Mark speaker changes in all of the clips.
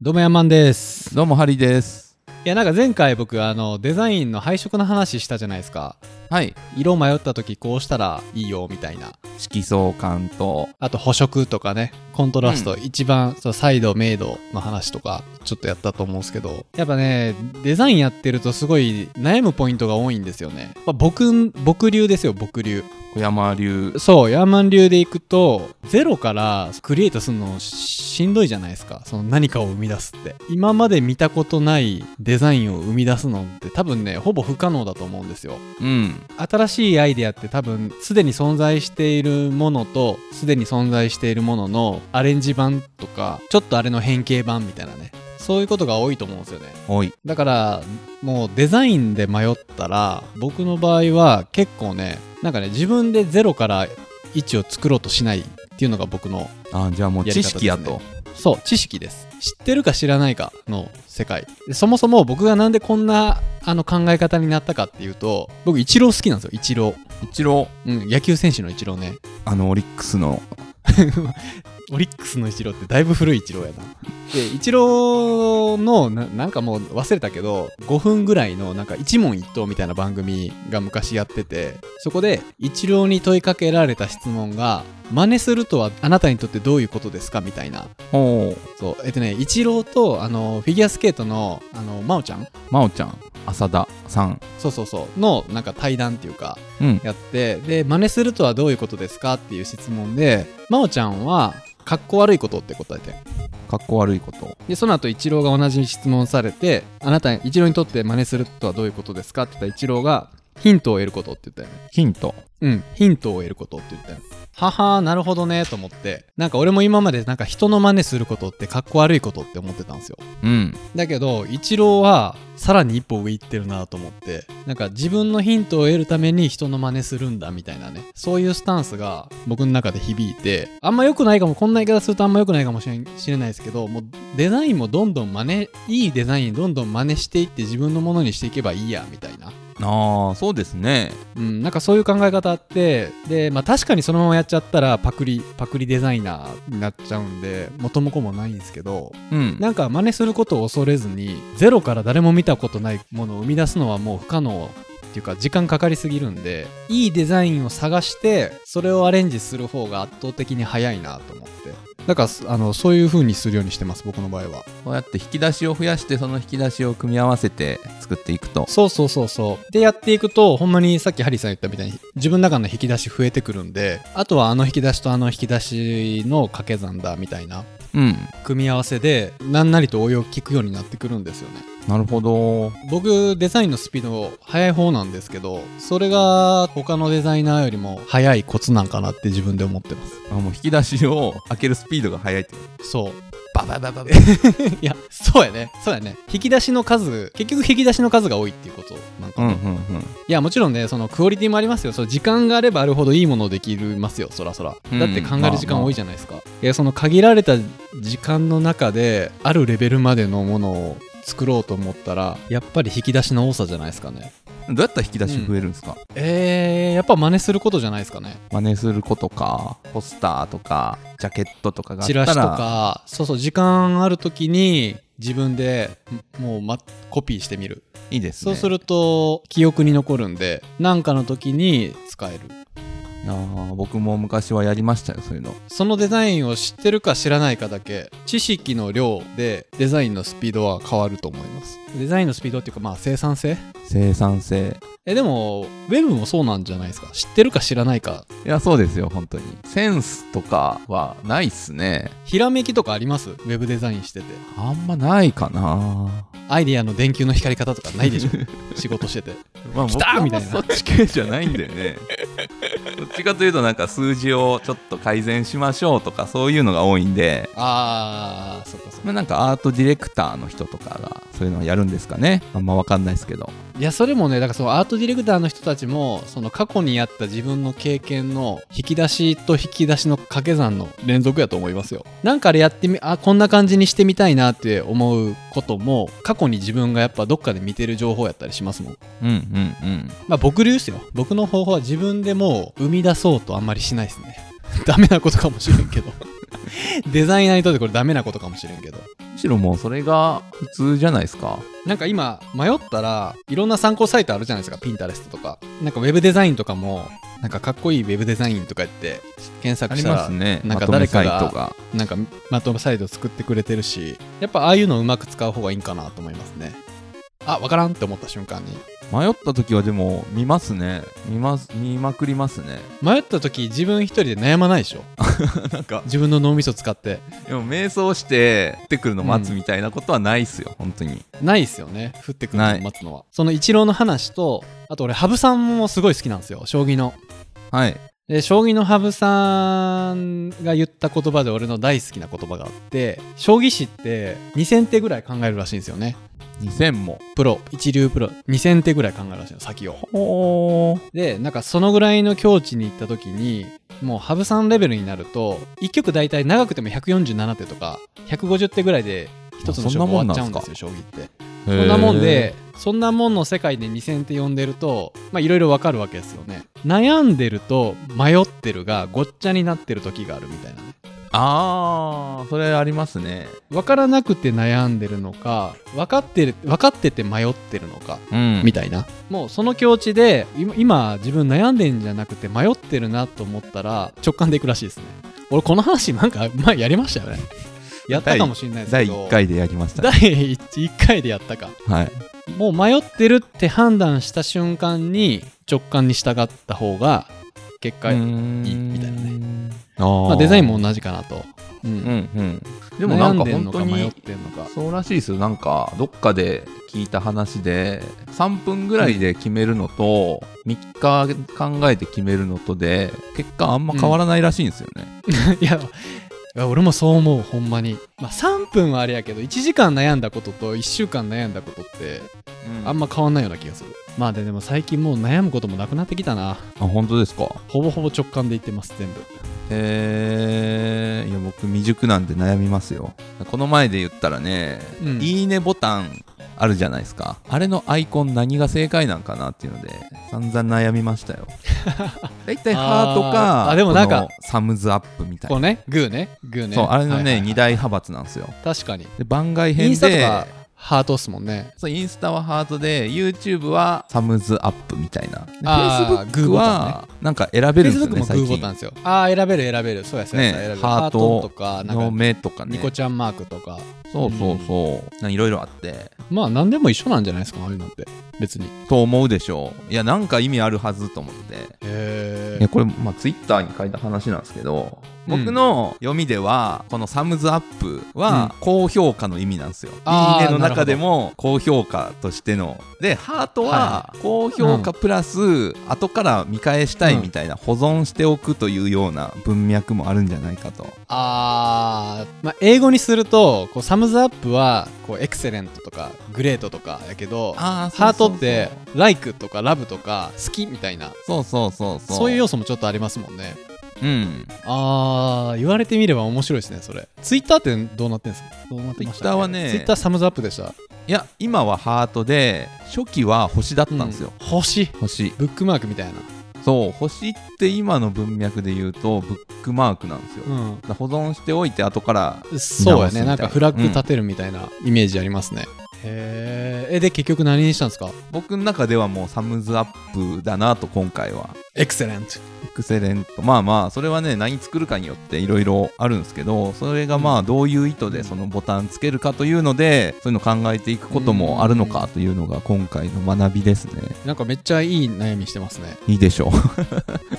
Speaker 1: どうもヤンマンです。
Speaker 2: どうもハリーです。
Speaker 1: いやなんか前回僕あのデザインの配色の話したじゃないですか。
Speaker 2: はい、
Speaker 1: 色迷った時こうしたらいいよみたいな。
Speaker 2: 色相関と
Speaker 1: あと補色とかね、コントラスト、一番そのサイド、メイドの話とかちょっとやったと思うんですけど、やっぱね、デザインやってるとすごい悩むポイントが多いんですよね。まあ、僕、僕流ですよ、僕流。
Speaker 2: 小山流。
Speaker 1: そう、ヤーマン流でいくと、ゼロからクリエイトするのしんどいじゃないですか。その何かを生み出すって。今まで見たことないデザインを生み出すのって多分ね、ほぼ不可能だと思うんですよ。
Speaker 2: うん。
Speaker 1: 新しいアイデアって多分、すでに存在しているものと、すでに存在しているもののアレンジ版とか、ちょっとあれの変形版みたいなね。そういうことが多いと思うんですよね。
Speaker 2: おい。
Speaker 1: だからもうデザインで迷ったら僕の場合は結構ねなんかね自分でゼロから位置を作ろうとしないっていうのが僕の
Speaker 2: あ、じゃあもう知識やと。
Speaker 1: そう知識です知ってるか知らないかの世界でそもそも僕がなんでこんなあの考え方になったかっていうと僕イチロー好きなんですよイチロー、
Speaker 2: 一郎、
Speaker 1: うん、野球選手のイチローね
Speaker 2: あの、オリックスの。
Speaker 1: オリックスのイチローってだいぶ古いイチローやな。で、イチローのな、なんかもう忘れたけど、5分ぐらいのなんか一問一答みたいな番組が昔やってて、そこでイチローに問いかけられた質問が、真似するとはあなたにとってどういうことですかみたいな。
Speaker 2: おう。
Speaker 1: そう。えっとね、イチローと、あの、フィギュアスケートの、あの、真央ちゃん
Speaker 2: 真央ちゃん、浅田さん。
Speaker 1: そうそうそう。の、なんか対談っていうか、
Speaker 2: うん。
Speaker 1: やってで真似するとはどういうことですかっていう質問で真央ちゃんはかっこ悪いことって答えて
Speaker 2: かっこ悪いこと。
Speaker 1: でその後イチローが同じ質問されてあなたイチローにとって真似するとはどういうことですかって言ったらイチローがヒントを得ることって言ったよね
Speaker 2: ヒント。
Speaker 1: うんヒントを得ることって言ったよははなるほどねと思ってなんか俺も今までなんか人の真似することってかっこ悪いことって思ってたんですよ
Speaker 2: うん。
Speaker 1: だけどイチローはさらに一歩上行ってるなと思ってなんか自分のヒントを得るために人の真似するんだみたいなねそういうスタンスが僕の中で響いてあんま良くないかもこんな言い方するとあんま良くないかもしれんしれないですけどもうデザインもどんどん真似いいデザインどんどん真似していって自分のものにしていけばいいやみたいな
Speaker 2: ああ、そうですね。
Speaker 1: うん、なんかそういう考え方あってで、まあ、確かにそのままやっちゃったらパクリパクリデザイナーになっちゃうんで元も子もないんですけど
Speaker 2: うん。
Speaker 1: なんか真似することを恐れずにゼロから誰も見たことないものを生み出すのはもう不可能っていうか時間かかりすぎるんでいいデザインを探してそれをアレンジする方が圧倒的に早いなと思ってだからすあのそういう風にするようにしてます僕の場合は
Speaker 2: こうやって引き出しを増やして、その引き出しを組み合わせて作っていくと。
Speaker 1: そうそうそうそうでやっていくとほんまにさっきハリーさん言ったみたいに自分の中の引き出し増えてくるんであとはあの引き出しとあの引き出しの掛け算だみたいな
Speaker 2: うん。
Speaker 1: 組み合わせで何なりと応用聞くようになってくるんですよね
Speaker 2: なるほど。
Speaker 1: 僕デザインのスピード速い方なんですけどそれが他のデザイナーよりも速いコツなんかなって自分で思ってます
Speaker 2: あもう引き出しを開けるスピードが速いってこと。
Speaker 1: そう
Speaker 2: ババババ バ。
Speaker 1: いやそうやねそうやね引き出しの数結局引き出しの数が多いっていうことなんか
Speaker 2: うん
Speaker 1: な、
Speaker 2: うん
Speaker 1: い
Speaker 2: うん。
Speaker 1: やもちろんねそのクオリティもありますよその時間があればあるほどいいものできますよそらそら
Speaker 2: うん
Speaker 1: だって考える時間
Speaker 2: まあまあ
Speaker 1: 多いじゃないですか、いやその限られた時間の中であるレベルまでのものを作ろうと思ったらやっぱり引き出しの多さじゃないですかね
Speaker 2: どうやったら引き出し増えるんですか、
Speaker 1: えー、やっぱ真似することじゃないですかね
Speaker 2: 真似することかポスターとかジャケットとかがあっ
Speaker 1: チ
Speaker 2: たら
Speaker 1: ラシとかそうそう時間ある時に自分でんもう、ま、コピーしてみる
Speaker 2: いいです
Speaker 1: そう
Speaker 2: ね
Speaker 1: すると記憶に残るんで何かの時に使える
Speaker 2: いやー僕も昔はやりましたよそういうの
Speaker 1: そのデザインを知ってるか知らないかだけ知識の量でデザインのスピードは変わると思いますデザインのスピードっていうかまあ生産性
Speaker 2: 生産性
Speaker 1: えでもウェブもそうなんじゃないですか知ってるか知らないか
Speaker 2: いやそうですよ本当にセンスとかはないっすね
Speaker 1: ひらめきとかありますウェブデザインしてて
Speaker 2: あんまないかな
Speaker 1: アイディアの電球の光り方とかないで しょ仕事してて
Speaker 2: まあ
Speaker 1: 来た
Speaker 2: 僕は
Speaker 1: みたいな
Speaker 2: そっち系じゃないんだよ ねどっちかというとなんか数字をちょっと改善しましょうとかそういうのが多いんで
Speaker 1: あーそっかそっか
Speaker 2: まあなんかアートディレクターの人とかがそういうのをやるんですかねあんまわかんないですけど
Speaker 1: いやそれもねだからそのアートディレクターの人たちもその過去にあった自分の経験の引き出しと引き出しの掛け算の連続やと思いますよなんかあれやってみあこんな感じにしてみたいなって思うことも過去に自分がやっぱどっかで見てる情報やったりしますもん
Speaker 2: うんうんうん
Speaker 1: まあ僕流ですよ僕 の方法は自分でもう生み出そうとあんまりしないですねダメなことかもしれんけど デザイナーにとってこれダメなことかもしれんけど。
Speaker 2: むしろもうそれが普通じゃないですか
Speaker 1: なんか今、迷ったら、いろんな参考サイトあるじゃないですか、ピンタレストとか。なんかウェブデザインとかも、なんかかっこいいウェブデザインとか言って、検
Speaker 2: あ
Speaker 1: 索
Speaker 2: り
Speaker 1: した
Speaker 2: ま
Speaker 1: ら
Speaker 2: す、ね
Speaker 1: なんか
Speaker 2: まと
Speaker 1: 誰
Speaker 2: め
Speaker 1: か
Speaker 2: サイ
Speaker 1: が
Speaker 2: トが
Speaker 1: なんかまとめサイト作ってくれてるし、やっぱああいうのをうまく使う方がいいんかなと思いますね。あ、わからんって思った瞬間に。
Speaker 2: 迷った時はでも見ますね見ます見まくりますね
Speaker 1: 迷った時、自分一人で悩まないでしょ。
Speaker 2: なんか
Speaker 1: 自分の脳みそ使って。
Speaker 2: でも瞑想して出てくるの待つみたいなことはないっすよ、本当に
Speaker 1: ないっすよね。降ってくるの
Speaker 2: な
Speaker 1: を
Speaker 2: い
Speaker 1: 待つのは。その一郎の話と、あと俺、羽生さんもすごい好きなんですよ、将棋の。
Speaker 2: はい
Speaker 1: で将棋の羽生さんが言った言葉で俺の大好きな言葉があって将棋士って2000手ぐらい考えるらしいんですよね
Speaker 2: 2000も
Speaker 1: プロ一流プロ2000手ぐらい考えるらしいの先を
Speaker 2: おー
Speaker 1: でなんかそのぐらいの境地に行った時にもう羽生さんレベルになると1局大体長くても147手とか150手ぐらいで一つの
Speaker 2: あそん
Speaker 1: 勝
Speaker 2: な
Speaker 1: 負
Speaker 2: もん
Speaker 1: 終わ
Speaker 2: な
Speaker 1: っちゃ
Speaker 2: んす
Speaker 1: うん
Speaker 2: か
Speaker 1: ですよ将棋ってそんなもんでそんなもんの世界で2000手呼んでるとまあいろいろわかるわけですよね悩んでると迷ってるがごっちゃになってる時があるみたいなね
Speaker 2: ああそれありますね
Speaker 1: 分からなくて悩んでるのか分かってる分かってて迷ってるのか
Speaker 2: うん
Speaker 1: みたいなもうその境地で今今自分悩んでんじゃなくて迷ってるなと思ったら直感でいくらしいですね俺この話なんか前やりましたよねやったかもしれないですけ
Speaker 2: 第
Speaker 1: ど
Speaker 2: 1回でやりました、ね、
Speaker 1: 第1回でやったか
Speaker 2: はい
Speaker 1: もう迷ってるって判断した瞬間に直感に従った方が結果、いいみたいな
Speaker 2: ね
Speaker 1: まあ、デザイン
Speaker 2: も
Speaker 1: も同じかなと、うん
Speaker 2: うんうんでもなんか
Speaker 1: 悩んで
Speaker 2: 本
Speaker 1: の
Speaker 2: 当
Speaker 1: 迷っ
Speaker 2: に
Speaker 1: てんのか
Speaker 2: そうらしいですよなんかどっかで聞いた話で3分ぐらいで決めるのと3日考えて決めるのとで結果あんま変わらないらしいんですよね、
Speaker 1: いやいや俺もそう思うほんまに、まあ、3分はあれやけど1時間悩んだことと1週間悩んだことって
Speaker 2: うん
Speaker 1: あんま変わんないような気がするまあででも最近もう悩むこともなくなってきたな
Speaker 2: あ本当ですか
Speaker 1: ほぼほぼ直感で言ってます全部
Speaker 2: えー、いや僕未熟なんで悩みますよこの前で言ったらね、
Speaker 1: うん
Speaker 2: いいねボタンあるじゃないですかあれのアイコン何が正解なんかなっていうので散々悩みまし たよだいたいハート
Speaker 1: あー
Speaker 2: か
Speaker 1: あでもなんか
Speaker 2: このサムズアップみたい
Speaker 1: こ
Speaker 2: な、
Speaker 1: うねグーねグーね
Speaker 2: そうあれのね、
Speaker 1: はいはいはい
Speaker 2: 二大派閥なんですよ
Speaker 1: 確かに
Speaker 2: で番外
Speaker 1: イ
Speaker 2: 編
Speaker 1: ンスタとか
Speaker 2: で
Speaker 1: ハートっすもんね
Speaker 2: そうインスタはハートで YouTube はサムズアップみたいなで
Speaker 1: あー
Speaker 2: Facebook はなんか選べるんですよ
Speaker 1: Facebook
Speaker 2: ね
Speaker 1: もグー
Speaker 2: 最
Speaker 1: ボタン
Speaker 2: 近
Speaker 1: ですよああ選べる選べるそうやそうやそうや、選
Speaker 2: ね
Speaker 1: べる
Speaker 2: ハー
Speaker 1: ハー
Speaker 2: ト
Speaker 1: トとかなん
Speaker 2: の
Speaker 1: か
Speaker 2: 目とかね
Speaker 1: ニコちゃんマークとか
Speaker 2: そうそうそう。いろいろあって。
Speaker 1: まあ何でも一緒なんじゃないですかああいうのって別に
Speaker 2: と思うでしょう。いや、なんか意味あるはずと思って。
Speaker 1: へ
Speaker 2: いやこれ、まあ、ツイッターに書いた話なんですけど、
Speaker 1: うん
Speaker 2: 僕の読みでは、このサムズアップは高評価の意味なんですよ。
Speaker 1: あー
Speaker 2: いいねの中でも高評価としての。で、ハート
Speaker 1: は
Speaker 2: は高評価プラス、後から見返したいみたいな、保存しておくというような文脈もあるんじゃないかと。
Speaker 1: あー、まあ、英語にするとこうサムズアップはこうエクセレントとかグレートとかやけど
Speaker 2: あ
Speaker 1: ハートってライクとかラブとか好きみたいな
Speaker 2: そうそうそうそう。
Speaker 1: そういう要素もちょっとありますもんね
Speaker 2: うん。
Speaker 1: あー言われてみれば面白いですねそれツイッターってどうなってんですかどうなってました
Speaker 2: Twitter はね
Speaker 1: ツイッターサムズアップでした
Speaker 2: いや今はハートで初期は星だったんですよ、
Speaker 1: うん星
Speaker 2: 星
Speaker 1: ブックマークみたいな
Speaker 2: そう星って今の文脈で言うとブックマークなんですよ、だか
Speaker 1: う
Speaker 2: ら保存しておいて後から
Speaker 1: んそうやね
Speaker 2: 見直すみたいな
Speaker 1: なんかフラッグ立てるみたいなイメージありますね、へーえで結局何にしたんですか
Speaker 2: 僕の中ではもうサムズアップだなと今回は
Speaker 1: エクセレント
Speaker 2: エクセレントまあまあそれはね何作るかによっていろいろあるんですけどそれがまあどういう意図でそのボタンつけるかというのでそういうの考えていくこともあるのかというのが今回の学びですね
Speaker 1: なんかめっちゃいい悩みしてますね
Speaker 2: いいでしょう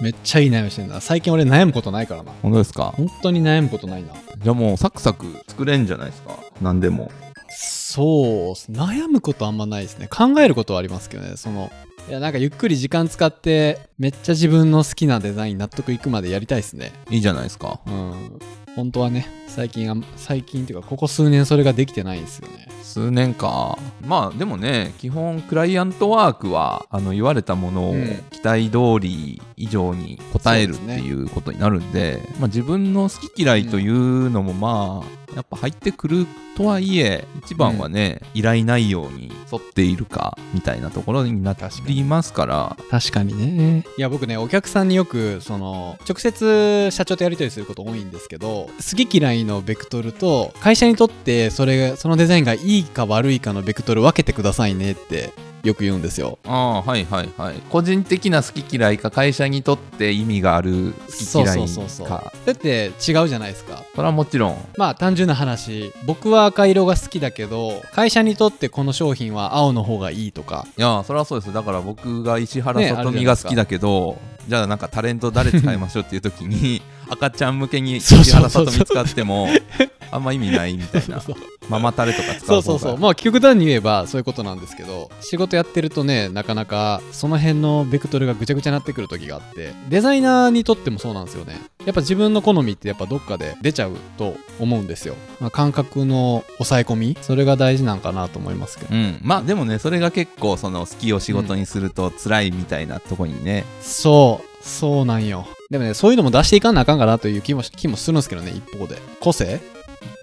Speaker 1: めっちゃいい悩みしてんだ最近俺悩むことないからな
Speaker 2: 本当ですか
Speaker 1: 本当に悩むことないな
Speaker 2: じゃあもうサクサク作れんじゃないですか何でも
Speaker 1: そうっす悩むことあんまないですね考えることはありますけどねそのいやなんかゆっくり時間使ってめっちゃ自分の好きなデザイン納得いくまでやりたいですね
Speaker 2: いいじゃないですか。
Speaker 1: うん本当はね最近あん最近っていうかここ数年それができてないんですよね
Speaker 2: 数年か。まあでもね、基本クライアントワークは、あの、言われたものを
Speaker 1: うん
Speaker 2: 期待通り以上に答えるっ
Speaker 1: そうですね
Speaker 2: ていうことになるんで、まあ自分の好き嫌いというのもまあ、やっぱ入ってくるとはいえ一番はね、依頼内容に沿っているかみたいなところになってりますから
Speaker 1: 確かにねいや僕ねお客さんによくその直接社長とやり取りすること多いんですけど好き嫌いのベクトルと会社にとってそれがそのデザインがいいか悪いかのベクトル分けてくださいねってよく言うんですよ
Speaker 2: ああはいはいはい個人的な好き嫌いか会社にとって意味がある好き嫌いか
Speaker 1: そうそうそうそうだって違うじゃないですか
Speaker 2: それはもちろん
Speaker 1: まあ単純な話僕は赤色が好きだけど会社にとってこの商品は青の方がいいとか
Speaker 2: いやそれはそうですだから僕が石原
Speaker 1: ね
Speaker 2: さとみが好きだけど、じゃあなんかタレント誰使いましょうっていう時に 赤ちゃん向けに
Speaker 1: そう
Speaker 2: 石
Speaker 1: そう
Speaker 2: 原
Speaker 1: そ
Speaker 2: さ
Speaker 1: う
Speaker 2: と
Speaker 1: そう
Speaker 2: み使ってもあんま意味ないみたいな
Speaker 1: そう
Speaker 2: ママタレとか使
Speaker 1: そううそ
Speaker 2: 方
Speaker 1: うそう
Speaker 2: が
Speaker 1: まあ極端に言えばそういうことなんですけど仕事やってるとねなかなかその辺のベクトルがぐちゃぐちゃになってくる時があってデザイナーにとってもそうなんですよねやっぱ自分の好みってやっぱどっかで出ちゃうと思うんですよ、まあ、感覚の抑え込みそれが大事なんかなと思いますけど
Speaker 2: うん、まあでもねそれが結構その好きを仕事にすると辛いみたいなとこにね、
Speaker 1: そうそうなんよでもねそういうのも出していかなあかんかなという気もし気もするんですけどね一方で個性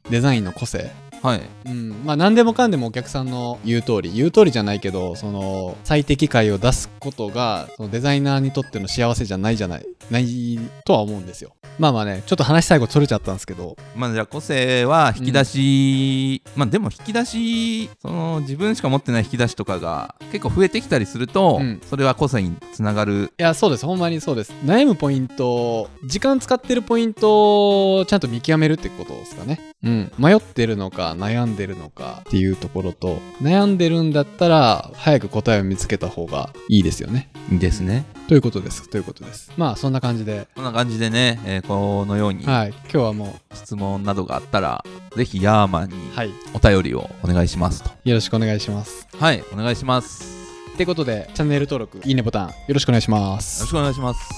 Speaker 1: デザインの個性
Speaker 2: はい
Speaker 1: うん、まあ何でもかんでもお客さんの言う通り言う通りじゃないけどその最適解を出すことがそのデザイナーにとっての幸せじゃないじゃないないとは思うんですよまあまあねちょっと話最後取れちゃったんですけど
Speaker 2: まあじゃあ個性は引き出し、まあでも引き出しその自分しか持ってない引き出しとかが結構増えてきたりすると、
Speaker 1: うん
Speaker 2: それは個性につながる
Speaker 1: いやそうですほんまにそうです悩むポイント時間使ってるポイントをちゃんと見極めるってことですかねうん迷ってるのか悩んでるのかっていうところと悩んでるんだったら早く答えを見つけた方がいいですよね
Speaker 2: ですね。
Speaker 1: ということですということですまあそんな感じで
Speaker 2: こんな感じでね、えーこのように
Speaker 1: はい今日はもう
Speaker 2: 質問などがあったら、ぜひヤーマンに
Speaker 1: はい、
Speaker 2: お便りをお願いしますと。
Speaker 1: よろしくお願いします。
Speaker 2: はい、お願いします。よ
Speaker 1: ってことで、チャンネル登録、いいねボタン、よろしくお願いしま
Speaker 2: ろし
Speaker 1: す。
Speaker 2: くお願いします。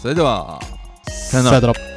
Speaker 2: それでは、
Speaker 1: さ
Speaker 2: さよ
Speaker 1: よ
Speaker 2: な
Speaker 1: な
Speaker 2: ら
Speaker 1: ら。